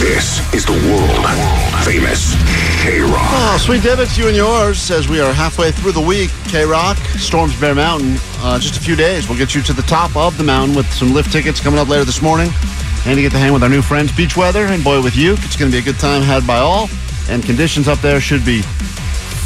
This is the world famous K Rock. Oh, sweet debits, you and yours, as we are halfway through the week. K Rock, Storms Bear Mountain. Uh, just a few days, we'll get you to the top of the mountain with some lift tickets coming up later this morning. And to get to hang with our new friends, Beach Weather and Boy With You. It's going to be a good time had by all. And conditions up there should be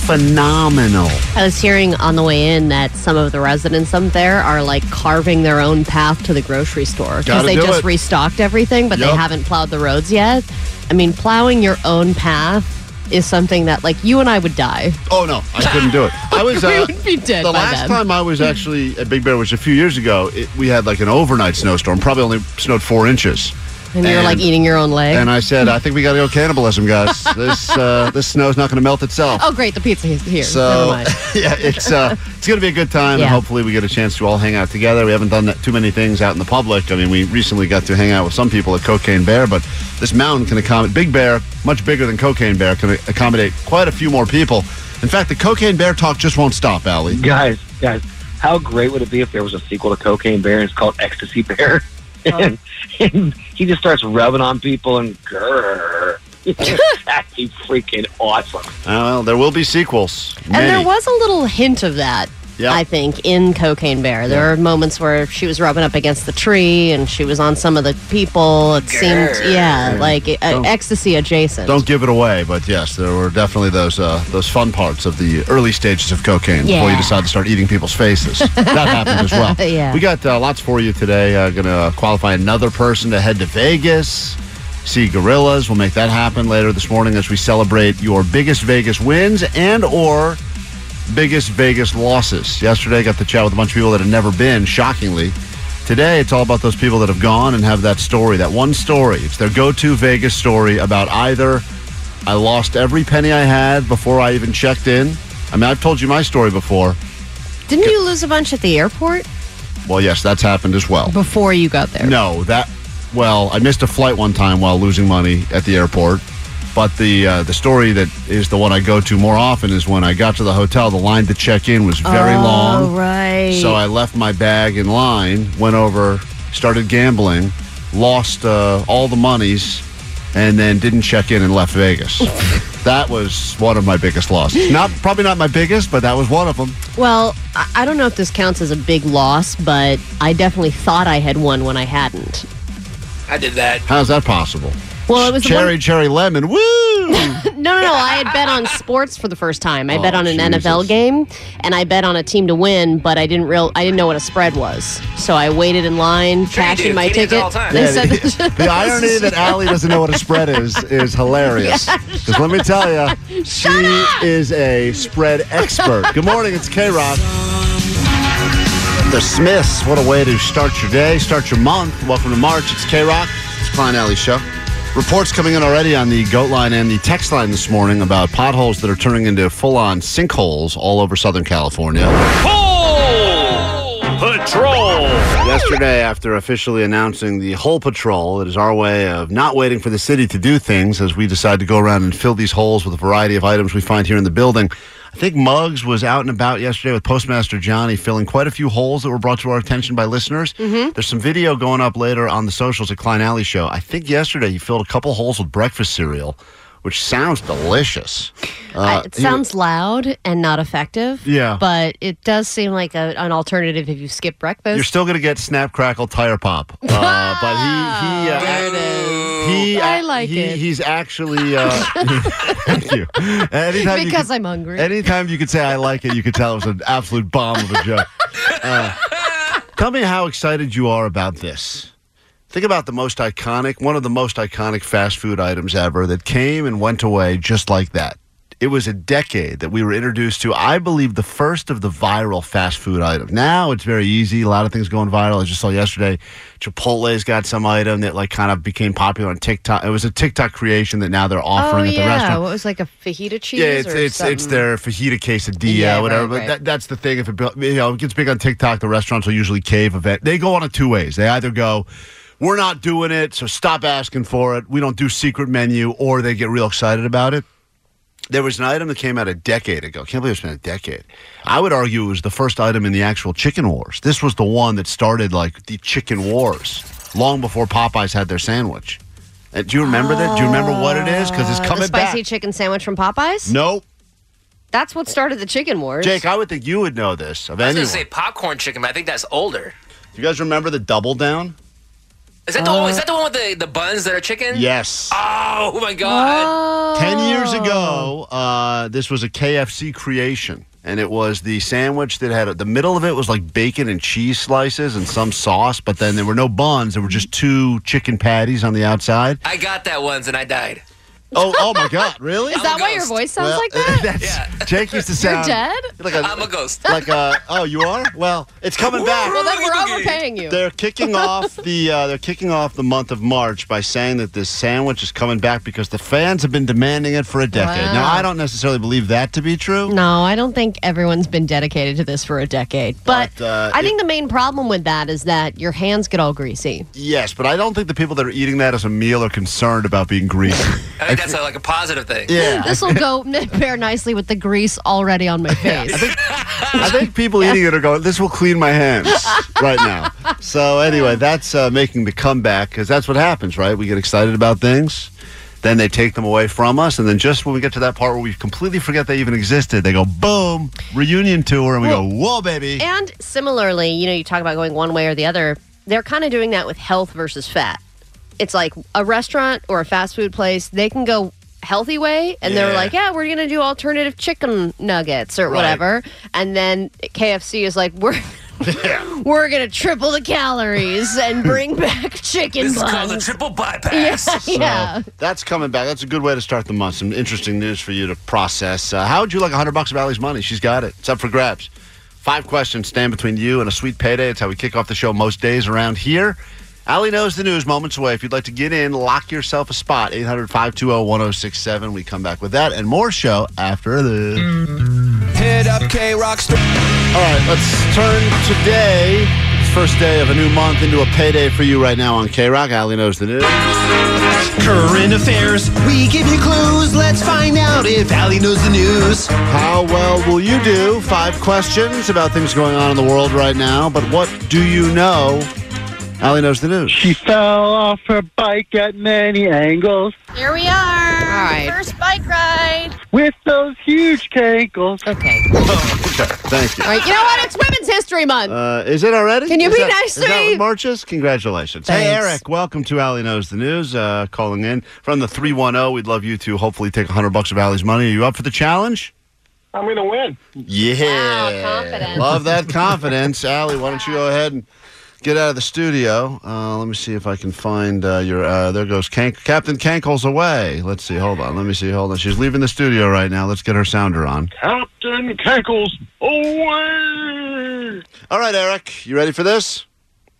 phenomenal. I was hearing on the way in that some of the residents up there are like carving their own path to the grocery Gotta store because they do just it. restocked everything, but Yup. they haven't plowed the roads yet. I mean, plowing your own path is something that like you and I would die. Oh no, I couldn't do it. I was. We Uh, would be dead the by last then. time I was actually at Big Bear, was a few years ago. It, we had like an overnight snowstorm. Probably only snowed four inches. And, you're like eating your own leg. And I said, I think we got to go cannibalism, guys. this uh, this snow's not going to melt itself. oh, great, the pizza is here. Never So mind. yeah, it's uh, it's going to be a good time, Yeah. and hopefully we get a chance to all hang out together. We haven't done that too many things out in the public. I mean, we recently got to hang out with some people at Cocaine Bear, but this mountain can accommodate Big Bear, much bigger than Cocaine Bear, can accommodate quite a few more people. In fact, the Cocaine Bear talk just won't stop, Allie. guys, guys, how great would it be if there was a sequel to Cocaine Bear and it's called Ecstasy Bear? And, and he just starts rubbing on people and grrr. That'd be freaking awesome. well, there will be sequels. And Many. there was a little hint of that, Yeah. I think, in Cocaine Bear. There were moments where she was rubbing up against the tree and she was on some of the people. It seemed, yeah, like uh, ecstasy adjacent. Don't give it away, but yes, there were definitely those uh, those fun parts of the early stages of cocaine before you Yeah. decide to start eating people's faces. that happened as well. Yeah. We got uh, lots for you today. Uh, Going to qualify another person to head to Vegas, see gorillas. We'll make that happen later this morning as we celebrate your biggest Vegas wins and or biggest Vegas losses. Yesterday, I got to chat with a bunch of people that had never been. Shockingly. Today, it's all about those people that have gone and have that story, that one story. It's their go to Vegas story about either I lost every penny I had before I even checked in. I mean, I've told you my story before. Didn't you lose a bunch at the airport Well, yes, that's happened as well. before you got there? No, that. Well, I missed a flight one time while losing money at the airport. But the uh, the story that is the one I go to more often is when I got to the hotel, the line to check in was very long. Oh, right. So I left my bag in line, went over, started gambling, lost uh, all the monies, and then didn't check in and left Vegas. that was one of my biggest losses. Not probably not my biggest, but that was one of them. well, I-, I don't know if this counts as a big loss, but I definitely thought I had won when I hadn't. I did that. How's that possible? Well, it was the one- cherry, cherry lemon. Woo! No, no, no. I had bet on sports for the first time. I bet Oh, on an Jesus. NFL game, and I bet on a team to win, but I didn't real I didn't know what a spread was. So I waited in line, cashed in my ticket. They Yeah, said, the, the irony that Allie doesn't know what a spread is is hilarious. Because let me tell you, she is a spread expert. Good morning, it's K Rock. The Smiths, what a way to start your day, start your month. Welcome to March. It's K Rock, it's Klein Alley Show. Reports coming in already on the goat line and the text line this morning about potholes that are turning into full on sinkholes all over Southern California. Yesterday, after officially announcing the hole patrol, it is our way of not waiting for the city to do things as we decide to go around and fill these holes with a variety of items we find here in the building. I think Muggs was out and about yesterday with Postmaster Johnny filling quite a few holes that were brought to our attention by listeners. There's some video going up later on the socials at Klein Alley Show. I think yesterday he filled a couple holes with breakfast cereal, which sounds delicious. I- uh, it sounds loud and not effective. uh, Yeah. But it does seem like a, an alternative if you skip breakfast. You're still going to get Snap Crackle Tire Pop. Uh, but he, he, uh, There it is. He, I like he- it. He's actually. Uh, thank you. Anytime you Because could- I'm hungry. Anytime you could say I like it, you could tell it was an absolute bomb of a joke. Uh, tell me how excited you are about this. Think about the most iconic, one of the most iconic fast food items ever that came and went away just like that. It was a decade that we were introduced to, I believe, the first of the viral fast food items. Now it's very easy. A lot of things going viral. I just saw yesterday Chipotle's got some item that like kind of became popular on TikTok. It was a TikTok creation that now they're oh, offering at the yeah. restaurant. What was like a fajita cheese? Yeah, it's or it's, it's something? their fajita quesadilla, Yeah, right, whatever. but right. That, that's the thing. If it be- you know it gets big on TikTok, the restaurants will usually cave. Event they go on it two ways. They either go, "We're not doing it, so stop asking for it. We don't do secret menu," or they get real excited about it. There was an item that came out a decade ago. Can't believe it's been a decade. I would argue it was the first item in the actual chicken wars. This was the one that started like the chicken wars long before Popeyes had their sandwich. And do you remember that? Do you remember what it is? Because it's Uh, coming the spicy back. chicken sandwich from Popeyes. Nope. That's what started the chicken wars. Jake, I would think you would know this of I anyone. was gonna say popcorn chicken, but I think that's older. you guys remember the double down? Is that the one? Is that the one with the, the buns that are chicken? Yes. Oh my god! Ten years ago, uh, this was a KFC creation, and it was the sandwich that had the middle of it was like bacon and cheese slices and some sauce, but then there were no buns. There were just two chicken patties on the outside. I got that once and I died. Oh, oh my God! Really? Is that why your ghost. voice sounds Well, um, like that? that's- Jake used to You're sound dead. like a I'm a ghost. like a. Oh, you are. Well, it's coming back. Well, then we're overpaying you. They're kicking off the uh, they're kicking off the month of March by saying that this sandwich is coming back because the fans have been demanding it for a decade. Wow. Now I don't necessarily believe that to be true. No, I don't think everyone's been dedicated to this for a decade. But, But, uh, I think the main problem with that is that your hands get all greasy. Yes, but I don't think the people that are eating that as a meal are concerned about being greasy. I think that's a, like a positive thing. yeah. This will go pair nicely with the grease already on my face. I think people eating it are going, this will clean my hands right now. So, anyway, that's uh, making the comeback because that's what happens, right? We get excited about things, then they take them away from us. And then just when we get to that part where we completely forget they even existed, they go, boom, reunion tour. And we go, whoa, baby. and similarly, you know, you talk about going one way or the other. They're kind of doing that with health versus fat. It's like a restaurant or a fast food place, they can go healthy way and they're Yeah. like, yeah, we're going to do alternative chicken nuggets or whatever. And then KFC is like, we're. We're gonna triple the calories Hmm. and bring back chicken This is called buns. the triple bypass. yeah. So that's coming back. That's a good way to start the month. Some interesting news for you to process. Uh, how would you like 100 bucks of Allie's money? She's got it. It's up for grabs. Five questions stand between you and a sweet payday. It's how we kick off the show most days around here. Allie knows the news moments away. If you'd like to get in, lock yourself a spot. 800 520 1067. We come back with that and more show after this. Hit up K Rock Store. All right, let's turn today, first day of a new month, into a payday for you right now on K Rock. Allie knows the news. Current affairs. We give you clues. Let's find out if Allie knows the news. How well will you do? Five questions about things going on in the world right now, but what do you know? Allie knows the news. She fell off her bike at many angles Here we are. All right. First bike ride. with those huge cankles. Okay. Thank you. All right. You know what? It's Women's History Month. Uh, is it already? Can you Is be that- nice to is that me? what March is? Congratulations. Hey, Thanks. Eric, welcome to Allie Knows the News. Uh, calling in from the 310. We'd love you to hopefully take 100 bucks of Allie's money. Are you up for the challenge? I'm gonna win. Oh, Yeah. Wow, confidence. Love that confidence. Allie, why don't you go ahead and get out of the studio? Uh, let me see if I can find uh, your. Uh, there goes Kank- Captain Cankle's away. Let's see. Hold on. Let me see. Hold on. She's leaving the studio right now. Let's get her sounder on. Captain Cankles away. All right, Eric. You ready for this?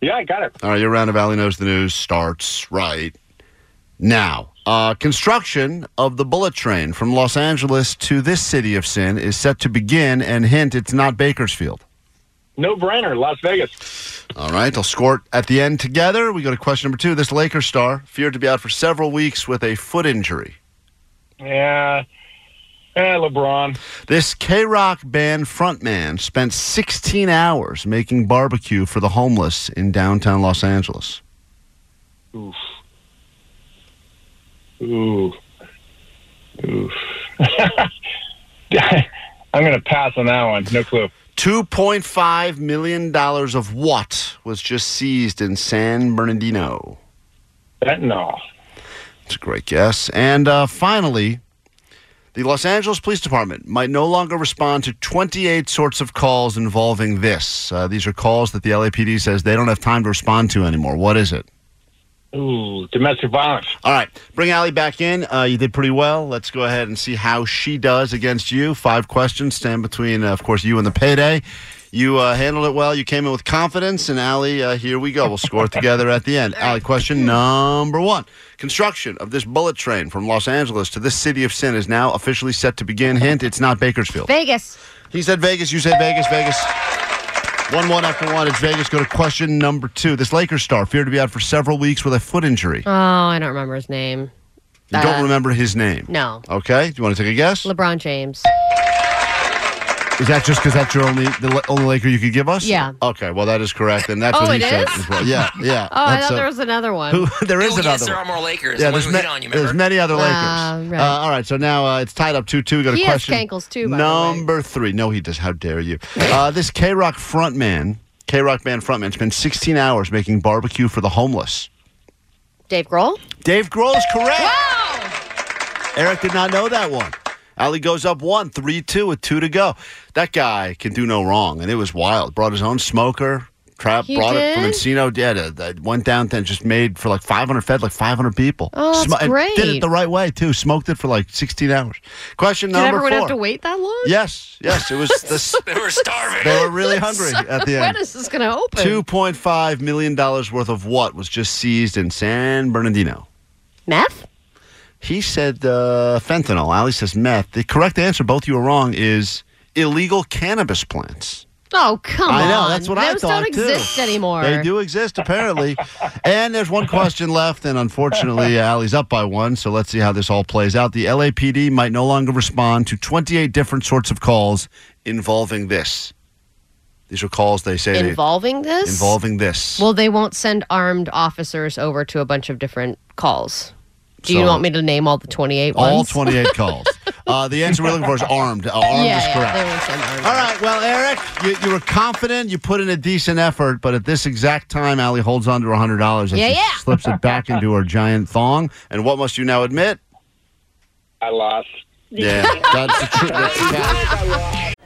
Yeah, I got it. All right. Your round of Allie Knows the News starts right now. Uh, construction of the bullet train from Los Angeles to this city of sin is set to begin, and hint, it's not Bakersfield. No brainer, Las Vegas. All right, I'll score it at the end together. We go to question number two. This Lakers star feared to be out for several weeks with a foot injury. Yeah. Eh, Yeah, LeBron. This K Rock band frontman spent 16 hours making barbecue for the homeless in downtown Los Angeles. Ooh. I'm going to pass on that one. No clue. $2.5 million of what was just seized in San Bernardino? Fentanyl. It's a great guess. And uh, finally, the Los Angeles Police Department might no longer respond to 28 sorts of calls involving this. Uh, these are calls that the LAPD says they don't have time to respond to anymore. What is it? Ooh, domestic violence. All right, bring Allie back in. Uh, you did pretty well. Let's go ahead and see how she does against you. Five questions stand between, uh, of course, you and the payday. You uh, handled it well. You came in with confidence, and Allie, uh, here we go. We'll score it together at the end. Allie, question number one: Construction of this bullet train from Los Angeles to this city of sin is now officially set to begin. Hint: It's not Bakersfield. Vegas. He said Vegas. You said Vegas. Vegas. One one after one. It's Vegas. Go to question number two. This Lakers star feared to be out for several weeks with a foot injury. Oh, I don't remember his name. You don't remember his name. No. Okay. Do you want to take a guess? LeBron James. Oh, Is that just because that's your only the la- only Laker you could give us? Yeah. Okay. Well, that is correct, and that's Oh, what he it said. is? as well. Yeah. Yeah. Oh, I That's, thought uh, there was another one. who- there is oh, yes, another. there one. are more Lakers. Yeah, the there's, one we ma- hit on, you there's remember? many other Lakers. Ah, right. Uh, all right, so now uh, it's tied up 2 2. We go to He has question. cankles too, by the way. number three. No, he does. How dare you? Uh, this K Rock frontman, K Rock band frontman, spent 16 hours making barbecue for the homeless. Dave Grohl. Dave Grohl is correct. Eric did not know that one. Ali goes up one, three, two, with two to go. That guy can do no wrong, and it was wild. Brought his own smoker, trap, He brought it from did? Encino. Yeah, that- that went down and just made for like 500, fed like 500 people. Oh, that's and Did it great. the right way too. Smoked it for like 16 hours. Question Did number everyone four. have to wait that long? Yes, yes, it was. This, They were starving. they were really hungry at the When end. is this going to open? Two point five million dollars worth of what was just seized in San Bernardino. Meth? He said uh, fentanyl. Ali says meth. The correct answer, both you are wrong, is illegal cannabis plants. Oh, come I on. know, that's what I Those thought, don't too. exist anymore. They do exist, apparently. and there's one question left, and unfortunately, Ali's up by one, so let's see how this all plays out. The LAPD might no longer respond to 28 different sorts of calls involving this. These are calls they say they, Involving this? involving this. Well, they won't send armed officers over to a bunch of different calls. Do you So- want me to name all the 28 all ones? 28 calls. Uh, the answer we're looking for is armed. Uh, armed yeah, is yeah, correct. they won't send armed. All right. Well, Eric, you, you were confident. You put in a decent effort, but at this exact time, Allie holds on to $100 as Yeah, she yeah. slips it back into her giant thong. And what must you now admit? I lost. Yeah, that's the truth.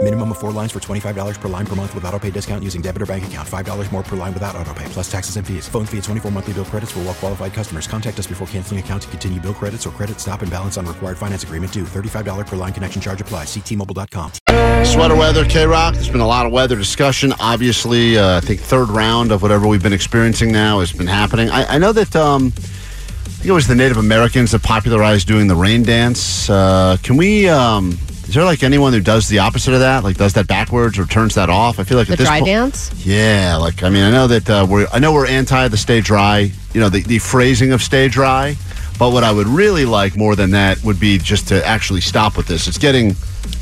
Minimum of four lines for $25 per line per month with auto pay discount using debit or bank account. $5 more per line without auto pay, plus taxes and fees. Phone fee at 24 monthly bill credits for all qualified customers. Contact us before canceling account to continue bill credits or credit stop and balance on required finance agreement due. $35 per line connection charge apply. Ctmobile.com. Sweater weather, K Rock. There's been a lot of weather discussion. Obviously, uh, I think third round of whatever we've been experiencing now has been happening. I, I know that um, I think it was the Native Americans that popularized doing the rain dance. Uh, can we? Um, is there like anyone who does the opposite of that? Like does that backwards or turns that off? I feel like The at this dry point, dance? yeah. Like I mean, I know that uh, we're I know we're anti the stay dry. You know the, the phrasing of stay dry. But what I would really like more than that would be just to actually stop with this. It's getting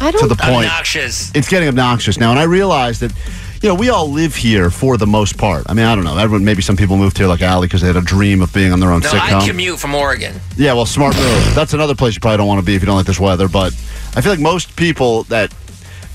I to don't the point Obnoxious. it's getting obnoxious now. And I realize that, you know, we all live here for the most part. I mean, I don't know. Everyone, maybe some people moved here like Allie because they had a dream of being on their own No, sitcom. I commute from Oregon. yeah, well, smart move. That's another place you probably don't want to be if you don't like this weather. But I feel like most people that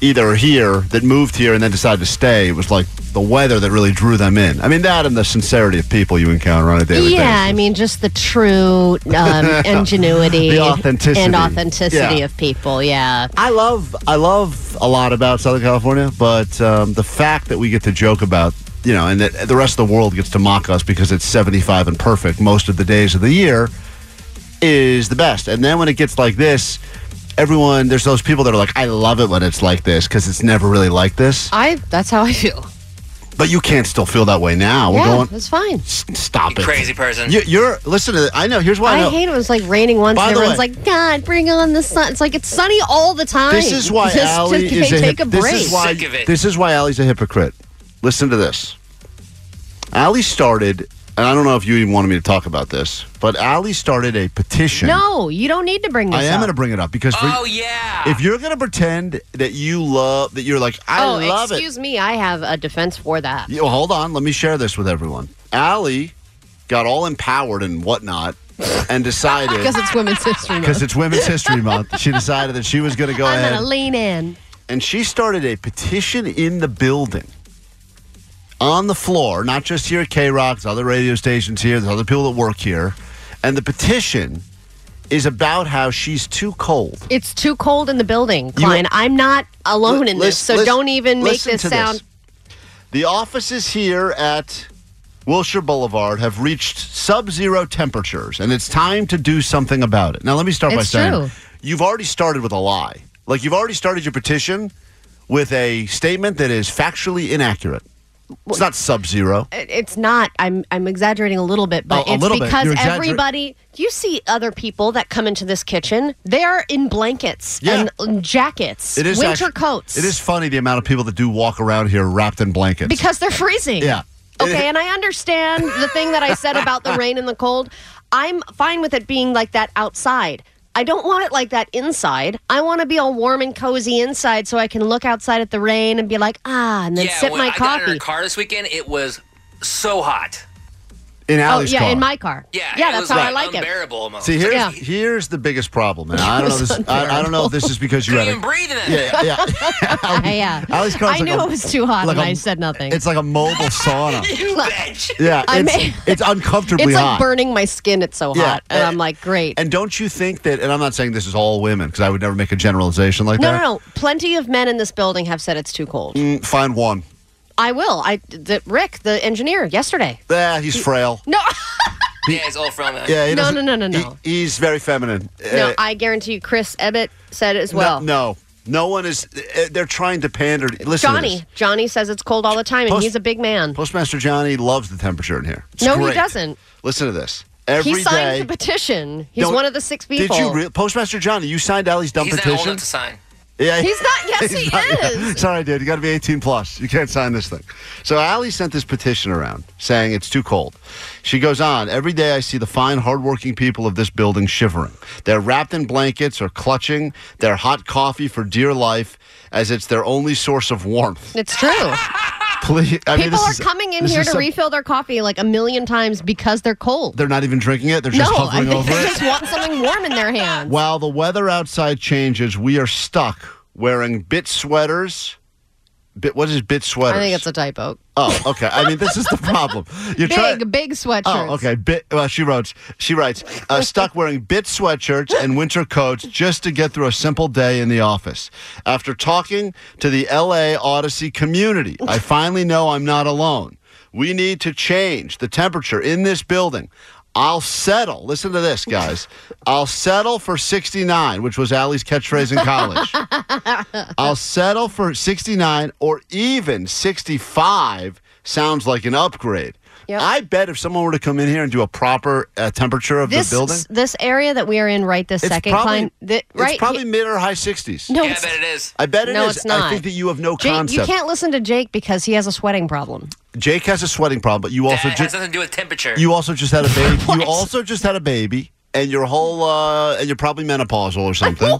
either are here, that moved here and then decided to stay, it was like the weather that really drew them in. I mean, that and the sincerity of people you encounter on a daily yeah, I basis. mean, just the true um, ingenuity The authenticity. and authenticity Yeah. of people. Yeah. I love I love a lot about Southern California, but um, the fact that we get to joke about you know, and that the rest of the world gets to mock us because it's 75 and perfect most of the days of the year is the best. And then when it gets like this, everyone there's those people that are like, I love it when it's like this because it's never really like this. I. That's how I feel. But you can't still feel that way now. We're yeah, going. it's fine. S- Stop it, Crazy person. You, you're listen to. I know. Here's why I, I know. hate it. when It's like raining once, By and the everyone's way- like, "God, bring on the sun!" It's like it's sunny all the time. This is why just, Allie just is a take a hip- break. This is why, Sick of it. This is why Allie's a hypocrite. Listen to this. Allie started and I don't know if you even wanted me to talk about this, but Ali started a petition. No, you don't need to bring this I am up. going to bring it up because for- Oh, yeah. if you're going to pretend that you love that you're like I oh, love it. excuse me. I have a defense for that. Yeah, well, hold on. Let me share this with everyone. Allie got all empowered and whatnot and decided. Because it's Women's History Month. Because it's Women's History Month. She decided that she was going to go I'm ahead. gonna lean in. and she started a petition in the building on the floor, not just here at K Rock's, other radio stations here, there's other people that work here. And the petition is about how she's too cold. It's too cold in the building, Klein. I'm not alone in this, Lis- so lis- don't even make listen this to sound. The offices here at Wilshire Boulevard have reached sub-zero temperatures, and it's time to do something about it. Now, let me start by It's saying true. you've already started with a lie. Like you've already started your petition with a statement that is factually inaccurate. It's not sub-zero. It- It's not. I'm I'm exaggerating a little bit, but Oh, a it's little bit. because You're exagger- everybody. You see other people that come into this kitchen. They are in blankets Yeah. and jackets, It is winter actu- coats. It is funny the amount of people that do walk around here wrapped in blankets. because they're freezing. yeah. Okay, and I understand the thing that I said about the rain and the cold. I'm fine with it being like that outside. I don't want it like that inside. I want to be all warm and cozy inside so I can look outside at the rain and be like, ah, and then yeah, sip when my I got in coffee. her car this weekend, it was so hot. In oh, Allie's yeah, car. in my car. Yeah, yeah, it that's was how I like like unbearable it. almost. See, here's Yeah. here's the biggest problem, and I don't know this. I, I don't know if this is because you had a, breathe in it. Yeah, yeah. yeah. Ali's car's I like knew a- it was too hot like and a- I said nothing. It's like a mobile sauna. Yeah, I it's, mean- it's uncomfortably it's like hot. burning my skin. It's so Yeah, hot. And uh, I'm like, great. and don't you think that? And I'm not saying this is all women because I would never make a generalization like no, that. no, no. Plenty of men in this building have said it's too cold. Mm, find one. I will. I the, Rick, the engineer, yesterday. Yeah, he's frail. No, yeah, he's all from uh, it. Yeah, he no, no, doesn't- no, no, no. he- he's very feminine. no, Uh, I guarantee you, Chris Ebbett said it as no- well. No, no one is. uh, They're trying to pander. to- Listen, to Johnny, this. Johnny says it's cold all the time, and Post- he's a big man. Postmaster Johnny loves the temperature in here. It's no, he great. doesn't. Listen to this. Every day. he signed the petition. He's Don't- one of the six people. Did you, re- Postmaster Johnny? You signed Ali's dumb He's not petition. old enough to sign. Yeah, He's not- yes, he yeah. is. Sorry, dude. You got to be 18 plus. You can't sign this thing. So Allie sent this petition around saying it's too cold. She goes on. Every day I see the fine, hardworking people of this building shivering. They're wrapped in blankets or clutching their hot coffee for dear life, as it's their only source of warmth. it's true. Please, I mean, People this are is- coming in this here is to some- refill their coffee like a million times because they're cold. They're not even drinking it. They're just no, I hovering think over they it. just want something warm in their hands. While the weather outside changes, we are stuck wearing bit sweaters. Bit what is bit I sweaters? think it's a typo. Oh, okay. I mean, this is the problem. You're big, trying. big sweatshirts. Oh, okay. Bit, well, she wrote. She writes. Uh, stuck wearing bit sweatshirts and winter coats just to get through a simple day in the office. After talking to the L.A. Odyssey community, I finally know I'm not alone. We need to change the temperature in this building. I'll settle. Listen to this, guys. I'll settle for 69, which was Allie's catchphrase in college. I'll settle for 69 or even 65 sounds like an upgrade. I bet if someone were to come in here and do a proper uh, temperature of This the building, this area that we are in right this It's second, probably- Klein, thi- it's right? probably mid or high 60s. No, yeah, I it's- bet it is. I bet it is. No, it's not. I think that you have no Jake, concept. Oh. you can't listen to Jake because he has a sweating problem. Jake has a sweating problem, but you also That has just nothing to do with temperature. you also just had a baby. you also just had a baby, and your whole uh, and you're probably menopausal or something.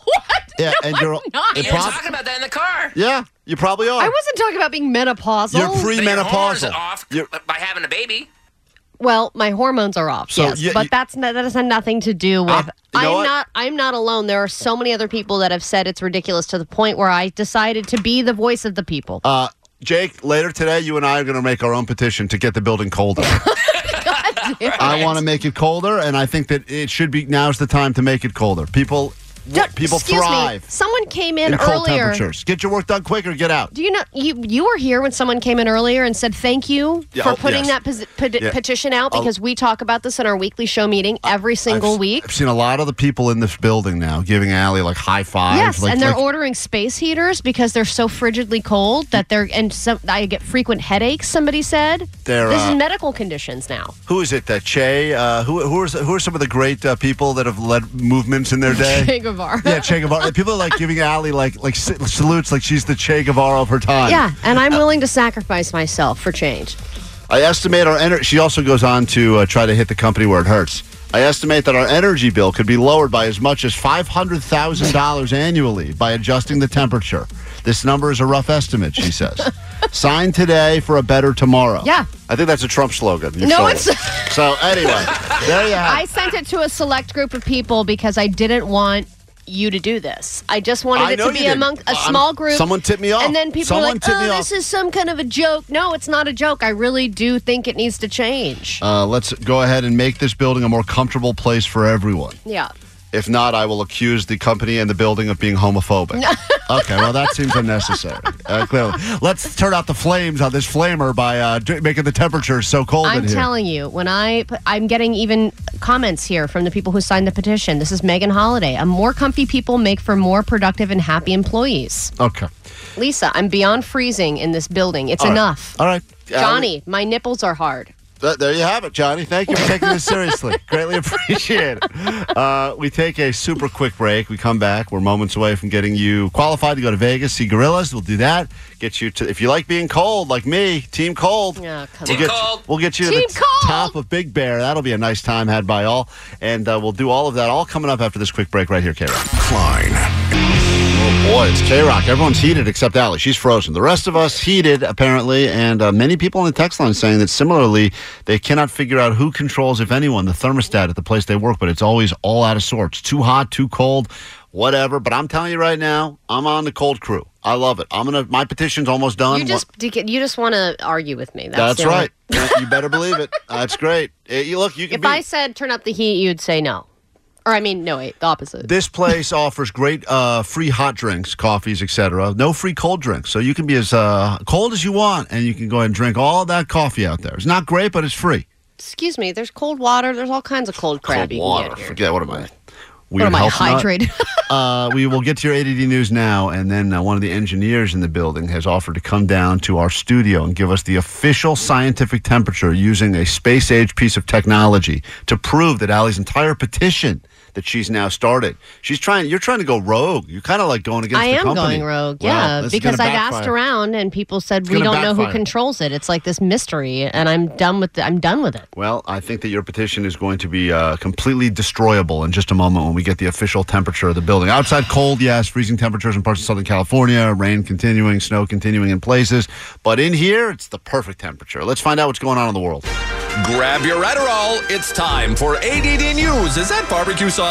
Yeah, and you're not. it You're prob- talking about that in the car. yeah, you probably are. I wasn't talking about being menopausal. You're Your hormones premenopausal. are off You're- by having a baby. well, my hormones are off. So yes, you- but you- that's no- that has nothing to do with. you know I'm what? not. I'm not alone. There are so many other people that have said it's ridiculous to the point where I decided to be the voice of the people. Uh, Jake, later today, you and I are going to make our own petition to get the building colder. I want to make it colder, and I think that it should be. Now's the time to make it colder. People, Don't- people excuse thrive Me. Someone came in, in cold earlier. temperatures. Get your work done quicker. Get out. Do you know you you were here when someone came in earlier and said thank you Yeah, for oh, putting yes. that pos- pet- Yeah. petition out I'll- because we talk about this in our weekly show meeting every single week. I've seen a lot of the people in this building now giving Allie like high fives. Yes, like, and they're like- ordering space heaters because they're so frigidly cold that they're and some I get frequent headaches. Somebody said They're, this is uh, medical conditions now. who is it? That Che? Uh, who who are who are some of the great uh, people that have led movements in their day? Che Guevara. Yeah, Che Guevara. People are like giving Allie like like s- salutes like she's the Che Guevara of her time. Yeah, and I'm willing to sacrifice myself for change. I estimate our energy. She also goes on to uh, try to hit the company where it hurts. I estimate that our energy bill could be lowered by as much as five hundred thousand dollars annually by adjusting the temperature. This number is a rough estimate, she says. Sign today for a better tomorrow. Yeah. I think that's a Trump slogan. You're No, sold. it's- so anyway, there you have. I sent it to a select group of people because I didn't want you to do this. I just wanted I it know you to be didn't. among a I'm- small group. someone tipped me off. And then people Oh, Someone are like, tipped me oh, off." this is some kind of a joke. No, it's not a joke. I really do think it needs to change. Uh, let's go ahead and make this building a more comfortable place for everyone. Yeah. If not, I will accuse the company and the building of being homophobic. okay, well, that seems unnecessary. Uh, clearly, let's turn out the flames on this flamer by uh, d- making the temperature so cold I'm in here. telling you, when I put- I'm getting even comments here from the people who signed the petition. This is Megan Holiday. A more comfy people make for more productive and happy employees. okay, Lisa, I'm beyond freezing in this building. It's All right. enough. all right, Uh, Johnny, my nipples are hard. Th- there you have it, Johnny. Thank you for taking this seriously. Greatly appreciate it. Uh, we take a super quick break. We come back. We're moments away from getting you qualified to go to Vegas, see gorillas. We'll do that. Get you to, if you like being cold, like me, Team Cold. Yeah, come we'll on. get You, we'll get you Team to the t- Cold! top of Big Bear. That'll be a nice time had by all. And uh, we'll do all of that all coming up after this quick break right here, K Rock. Klein. Oh boy, it's K Rock. Everyone's heated except Allie. She's frozen. The rest of us heated, apparently. And uh, many people on the text line saying that similarly, they cannot figure out who controls, if anyone, the thermostat at the place they work, but it's always all out of sorts. Too hot, too cold, whatever. But I'm telling you right now, I'm on the cold crew. I love it. I'm gonna. My petition's almost done. You just you just want to argue with me. That's, That's, the only- right. you better believe it. That's great. Uh, you look. You can If be. I said turn up the heat, you'd say no. Or I mean, no, wait, the opposite. This place offers great uh, free hot drinks, coffees, etc. No free cold drinks, so you can be as uh, cold as you want, and you can go ahead and drink all that coffee out there. It's not great, but it's free. Excuse me. There's cold water. There's all kinds of cold crab you can get here. Forget what am I? What am I health nut? hydrated? uh, we will get to your ADD news now, and then uh, one of the engineers in the building has offered to come down to our studio and give us the official scientific temperature using a space age piece of technology to prove that Allie's entire petition that she's now started. She's trying. You're trying to go rogue. You're kind of like going against. I the am company. going rogue, Well, yeah, this is because gonna I've asked backfire. around and people said It's we gonna don't know who backfire. controls it. It's like this mystery, and I'm done with. The, I'm done with it. Well, I think that your petition is going to be uh, completely destroyable in just a moment when we get the official temperature of the building. Outside cold, yes, freezing temperatures in parts of Southern California, rain continuing, snow continuing in places. But in here, it's the perfect temperature. Let's find out what's going on in the world. Grab your Adderall. It's time for ADD News. Is that barbecue sauce?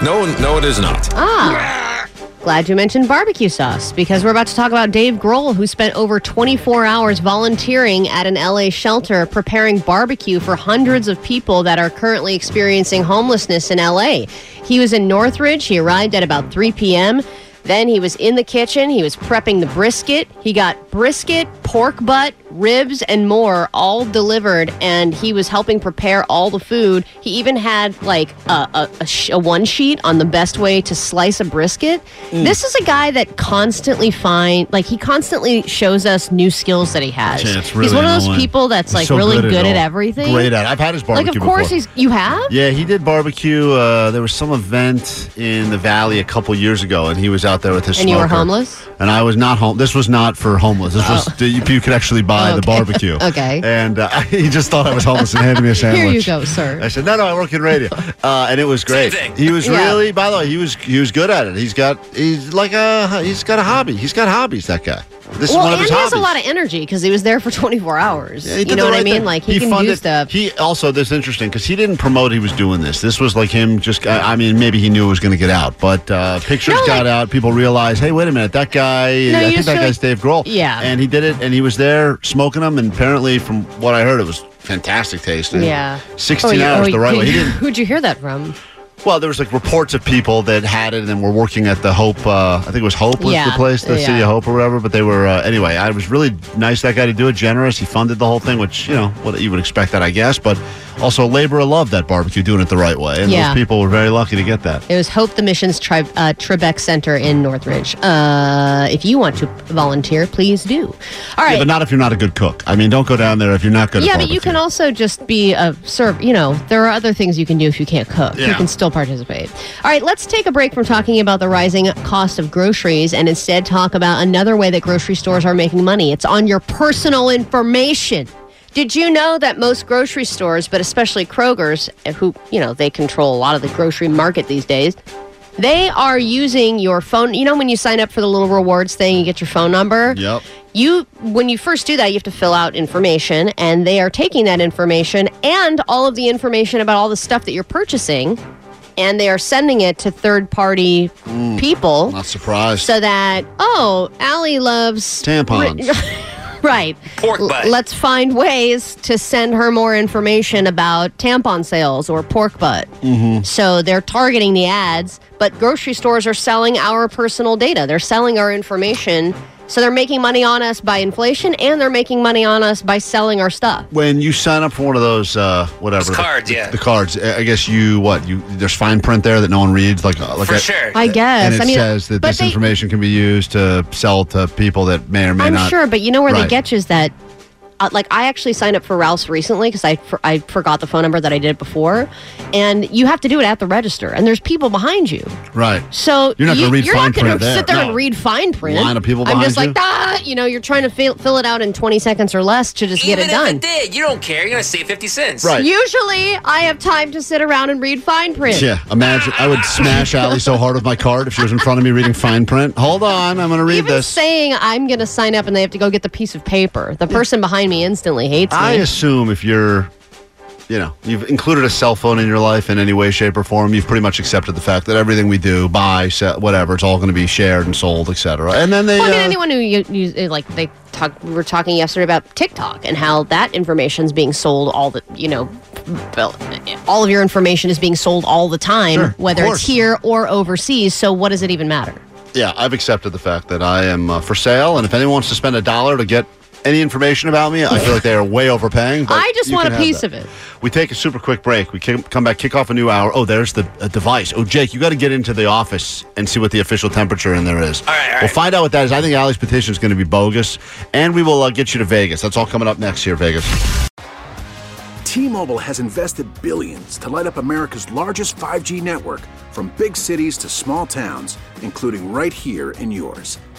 No, no, it is not. Ah. Glad you mentioned barbecue sauce because we're about to talk about Dave Grohl, who spent over 24 hours volunteering at an LA shelter preparing barbecue for hundreds of people that are currently experiencing homelessness in LA. He was in Northridge. He arrived at about 3 p.m. Then he was in the kitchen. He was prepping the brisket. He got brisket, pork butt, ribs, and more all delivered, and he was helping prepare all the food. He even had like a, a, a, sh- a one sheet on the best way to slice a brisket. This is a guy that constantly find like he constantly shows us new skills that he has. Yeah, it's he's really one of those annoying. people that's He's like so really good at good, at, all. everything. Great at it. I've had his Like barbecue of course before. he's you have. Yeah, he did barbecue. Uh, there was some event in the valley a couple years ago, and he was out there with his And you were smoker. homeless? Oh. And I was not home. This was not for homeless. This was you, you could actually buy the Okay. barbecue. Okay. And uh, he just thought I was homeless and handed me a sandwich. Here you go, sir. I said, no, no, I work in radio, uh, and it was great. thing. He was Yeah. really, by the way, he was he was good at it. He's got he's like a he's got a hobby. He's got hobbies. That guy. This well, is one of and his he hobbies. has a lot of energy because he was there for 24 hours. Yeah, he you did the know what I right mean? thing. Like he, can do funded- stuff. He also this is interesting because he didn't promote he was doing this. This was like him just. I I mean, maybe he knew it was going to get out, but uh, pictures No, got like- out. People realized, hey, wait a minute, that guy. No, I think you just that feel guy's like- Dave Grohl. Yeah. and he did it, and he was there smoking them, and apparently, from what I heard, it was fantastic taste. and Yeah. Oh, sixteen you- hours oh, the right you- way. He didn't. Who'd you hear that from? Well, there was like reports of people that had it and were working at the Hope. Uh, I think it was Hope was Yeah, the place, the City yeah. of Hope or whatever. But they were uh, anyway. I was really nice that guy to do it. Generous. He funded the whole thing, which you know what you would expect that, I guess. But also a labor of love that barbecue, doing it the right way, and Yeah. those people were very lucky to get that. It was Hope the Missions tri- uh, Trebek Center in Northridge. Uh, if you want to volunteer, please do. All Yeah, right. but not if you're not a good cook. I mean, don't go down there if you're not good. Yeah, at but barbecue. you can also just be a server. You know, there are other things you can do if you can't cook. You Yeah. can still participate. All right, let's take a break from talking about the rising cost of groceries and instead talk about another way that grocery stores are making money. It's on your personal information. Did you know that most grocery stores, but especially Kroger's, who, you know, they control a lot of the grocery market these days, they are using your phone. You know, when you sign up for the little rewards thing, you get your phone number? Yep. You, when you first do that, you have to fill out information, and they are taking that information and all of the information about all the stuff that you're purchasing, and they are sending it to third party people. Not surprised. So that, oh, Allie loves Tampons. right. Pork butt. L- let's find ways to send her more information about tampon sales or pork butt. Mm-hmm. So they're targeting the ads, but grocery stores are selling our personal data. They're selling our information. So they're making money on us by inflation and they're making money on us by selling our stuff. When you sign up for one of those, uh, whatever Those cards, the, yeah. the cards. I I guess you what you there's fine print there that no one reads, like uh, like For a- sure. I guess. And it I mean, says that but this they- information can be used to sell to people that may or may I'm not. sure, but you know where Right. they get you is that, uh, like, I actually signed up for Rouse recently because I for, I forgot the phone number that I did before, and you have to do it at the register, and there's people behind you, Right. so You're not you, gonna read you're fine not gonna print there. sit there No. and read fine print. Line of people I'm behind just you. like ah, you know, you're trying to fill, fill it out in 20 seconds or less to just Even get it if done. it did, you don't care. You're gonna save fifty cents. Usually, I have time to sit around and read fine print. Yeah, imagine I would smash Allie so hard with my card if she was in front of me reading fine print. Hold on, I'm going to read Even this. saying I'm going to sign up and they have to go get the piece of paper, the person behind me instantly hates I me. assume if you're, you know, you've included a cell phone in your life in any way, shape, or form, you've pretty much accepted the fact that everything we do, buy, sell, whatever, it's all going to be shared and sold, etc. And then they, Well, I mean, uh, anyone who you, you, like they talk, we were talking yesterday about TikTok and how that information's being sold all the, you know, well, all of your information is being sold all the time, Sure, of whether course. it's here or overseas. So, what does it even matter? yeah, I've accepted the fact that I am uh, for sale, and if anyone wants to spend a dollar to get any information about me, I feel like they are way overpaying. but I just you want can a have piece that. of it. We take a super quick break. We kick- come back, kick off a new hour. Oh, there's the uh, device. Oh, Jake, you got to get into the office and see what the official temperature in there is. All right, all right. We'll find out what that is. I think Ali's petition is going to be bogus, and we will uh, get you to Vegas. That's all coming up next here, Vegas. T-Mobile has invested billions to light up America's largest 5G network from big cities to small towns, including right here in yours.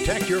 Protect your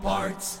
Parts.